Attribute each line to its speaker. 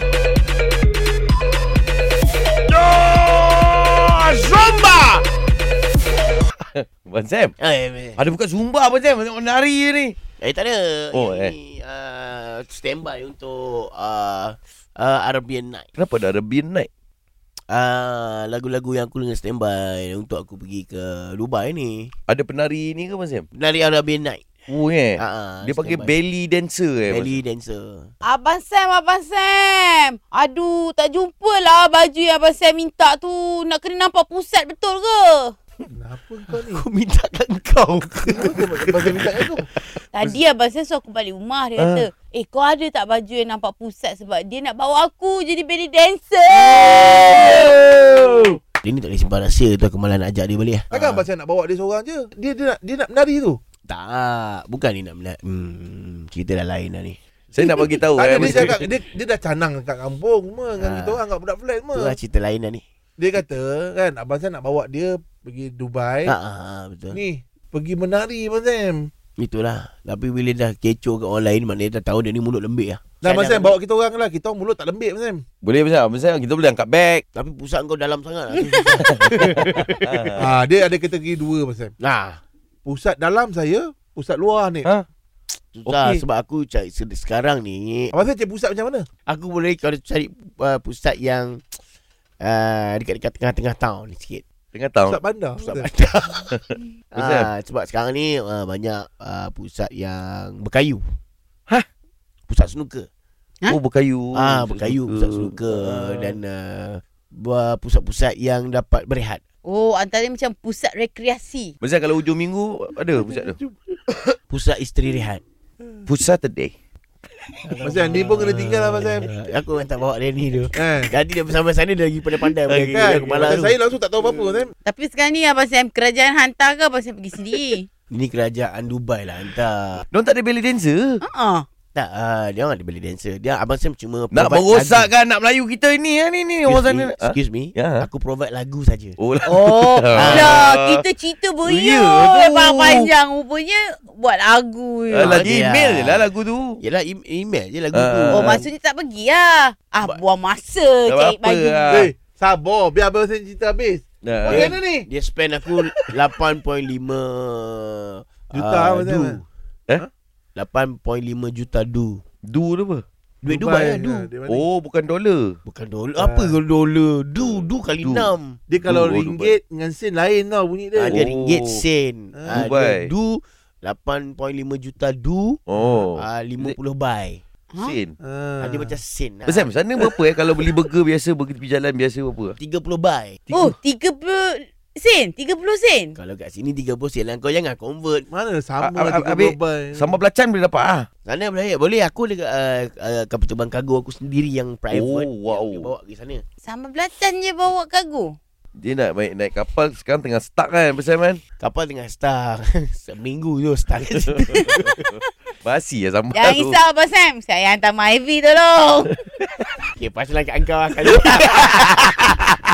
Speaker 1: Sam
Speaker 2: Eh, eh,
Speaker 1: Ada bukan Zumba apa Sam Tengok nari je ni
Speaker 2: eh tak ada.
Speaker 1: Oh,
Speaker 2: Yang Ni, uh, standby untuk uh, uh, Arabian Night.
Speaker 1: Kenapa dah ada Bean Night
Speaker 2: Uh, lagu-lagu yang aku dengan standby untuk aku pergi ke Dubai ni.
Speaker 1: Ada penari ni ke Mas Sam
Speaker 2: Nari Arabian Night.
Speaker 1: Oh eh
Speaker 2: Ah,
Speaker 1: Dia pakai
Speaker 2: standby.
Speaker 1: belly dancer eh Mas.
Speaker 2: belly dancer.
Speaker 3: Abang Sam, Abang Sam. Aduh, tak jumpa lah baju yang Abang Sam minta tu. Nak kena nampak pusat betul ke?
Speaker 4: Kenapa kau ni?
Speaker 2: Aku minta kat kau.
Speaker 4: Kenapa kau minta aku?
Speaker 3: Tadi Abang Sam suruh aku balik rumah. Dia kata, eh kau ada tak baju yang nampak pusat sebab dia nak bawa aku jadi belly dancer.
Speaker 1: Oh.
Speaker 2: Dia ni tak boleh simpan rahsia tu aku malah nak ajak dia balik. ah.
Speaker 4: Takkan pasal nak bawa dia seorang je. Dia dia nak, dia nak menari tu.
Speaker 2: Tak, bukan ni nak melihat. Hmm, cerita dah lain dah ni.
Speaker 1: Saya nak bagi tahu
Speaker 4: Tak ada
Speaker 1: eh,
Speaker 4: dia
Speaker 1: Mas Sam.
Speaker 4: cakap dia, dia dah canang kat kampung semua dengan
Speaker 2: Ah.
Speaker 4: kita orang kat budak flat semua.
Speaker 2: Tu lah cerita lain dah ni.
Speaker 4: Dia kata kan abang Sam nak bawa dia pergi Dubai.
Speaker 2: Ha, ha, ha, betul.
Speaker 4: Eh? Ni pergi menari Abang Sam.
Speaker 2: Itulah. Tapi bila dah kecoh kat orang lain, maknanya dah tahu dia ni mulut lembik lah. Saya
Speaker 4: Dah Abang
Speaker 2: dah-
Speaker 4: Sam bawa kita orang lah. Kita orang mulut tak lembik Abang Sam.
Speaker 1: Boleh Mas Sam Mas Sam kita boleh angkat beg
Speaker 2: Tapi pusat kau dalam sangat lah.
Speaker 4: Ah, dia ada kategori dua Abang Sam.
Speaker 2: nah,
Speaker 4: Pusat dalam saya, pusat luar ni.
Speaker 1: Ha?
Speaker 2: susah
Speaker 1: Okey.
Speaker 2: okay. sebab aku cari se- sekarang ni,
Speaker 4: Abang Sam cek pusat macam mana?
Speaker 2: aku boleh kalau cari uh, pusat yang uh, dekat-dekat tengah-tengah town ni sikit.
Speaker 1: Tengah tahun
Speaker 4: Pusat bandar.
Speaker 2: Pusat
Speaker 4: Abang Sam.
Speaker 2: bandar.
Speaker 1: Pusat.
Speaker 2: Ah, sebab sekarang ni uh, banyak uh, pusat yang berkayu.
Speaker 1: Hah?
Speaker 2: Pusat snooker.
Speaker 1: Oh berkayu
Speaker 2: Ah, berkayu, pusat snooker
Speaker 1: Ah.
Speaker 2: dan uh, buat pusat-pusat yang dapat berehat.
Speaker 3: Oh, antara macam pusat rekreasi.
Speaker 1: Mas Sam kalau hujung minggu Ada pusat tu
Speaker 2: Pusat isteri rehat.
Speaker 1: Pusat today
Speaker 4: Abang Sam, ni pun kena tinggal lah Abang Sam.
Speaker 2: Ah, Aku memang tak bawa dia ni tu.
Speaker 4: Kan?
Speaker 2: Jadi dia bersama sana dia lagi pandai-pandai
Speaker 4: Kan?
Speaker 2: okay, kan, kepala
Speaker 4: Macam
Speaker 2: tu.
Speaker 4: saya langsung tak tahu apa-apa Abang Sam.
Speaker 3: Tapi sekarang ni Abang Sam kerajaan hantar ke Abang Sam pergi sendiri?
Speaker 2: Ini kerajaan Dubai lah hantar.
Speaker 1: Diorang tak ada belly dancer
Speaker 3: Haa.
Speaker 2: Tak, uh, dia orang ada belly dancer. Dia Abang Sam cuma
Speaker 1: Nak
Speaker 2: provide lagu.
Speaker 1: merosakkan anak Melayu kita ni ah, ni ni orang
Speaker 2: Excuse me,
Speaker 1: sana Ah?
Speaker 2: excuse me.
Speaker 1: Ya.
Speaker 2: Aku provide lagu saja.
Speaker 1: Oh lah
Speaker 3: Oh,
Speaker 1: Ah.
Speaker 3: lah kita cerita beria.
Speaker 1: Ya tu.
Speaker 3: Yeah, panjang rupanya buat lagu. je.
Speaker 1: Alah
Speaker 2: dia
Speaker 1: di
Speaker 2: lah.
Speaker 1: email je lah lagu tu
Speaker 2: Yelah im- email je lagu
Speaker 1: Ah.
Speaker 2: tu.
Speaker 3: Oh, maksudnya tak pergi lah. Ah, buang masa
Speaker 1: Tak
Speaker 3: cari
Speaker 1: apa
Speaker 3: baju.
Speaker 1: lah.
Speaker 4: Hei, Eh, sabar. Biar Abang Sam cerita habis.
Speaker 1: Nah.
Speaker 4: Macam mana ni?
Speaker 2: Dia spend aku 8.5
Speaker 4: Juta
Speaker 2: ah,
Speaker 4: apa tu?
Speaker 2: du.
Speaker 1: Eh?
Speaker 2: 8.5 juta du.
Speaker 1: Du tu apa?
Speaker 2: Duit Dubai, Dubai
Speaker 4: ya,
Speaker 2: du.
Speaker 4: dia mana?
Speaker 1: Oh bukan dolar
Speaker 2: Bukan dolar. Apa kalau dolar? Du, du kali
Speaker 1: Du.
Speaker 2: 6.
Speaker 4: Dia kalau
Speaker 1: Oh, Dubai.
Speaker 4: ringgit dengan sen lain tau bunyi
Speaker 2: Ah,
Speaker 4: dia.
Speaker 2: dia
Speaker 1: Oh.
Speaker 2: ringgit sen. Ah,
Speaker 1: Dubai.
Speaker 2: dia Du 8.5 juta du.
Speaker 1: Oh
Speaker 2: Ah, 50 bai.
Speaker 3: Ha?
Speaker 1: Sin
Speaker 2: Ah,
Speaker 4: Ah.
Speaker 2: dia macam sen. Ah.
Speaker 1: Besar sana berapa eh Kalau beli burger biasa Burger tepi jalan biasa berapa
Speaker 2: 30 bai.
Speaker 3: Oh, 30 sen. 30 sen.
Speaker 2: Kalau kat sini 30 sen lah. Kau jangan convert.
Speaker 4: Mana
Speaker 1: Ah,
Speaker 4: sama
Speaker 1: ah,
Speaker 4: lah
Speaker 1: ah,
Speaker 4: 30
Speaker 1: habis-
Speaker 4: lebay.
Speaker 1: Sambal belacan boleh dapat ah.
Speaker 2: Sana boleh. Boleh aku dekat uh, uh, kapal terbang kargo aku sendiri yang private.
Speaker 1: Oh, wow.
Speaker 2: Yang bawa ke sana.
Speaker 3: Sambal belacan je bawa kargo.
Speaker 1: Dia nak naik, naik kapal Sekarang tengah stuck kan Besar man
Speaker 2: Kapal tengah star Seminggu tu star kat situ
Speaker 1: Basi lah sambal
Speaker 3: Jangan
Speaker 1: tu
Speaker 3: risau, Abang Sam. Saya hantar Mak Ivy tolong.
Speaker 2: Okay pasal kat engkau akan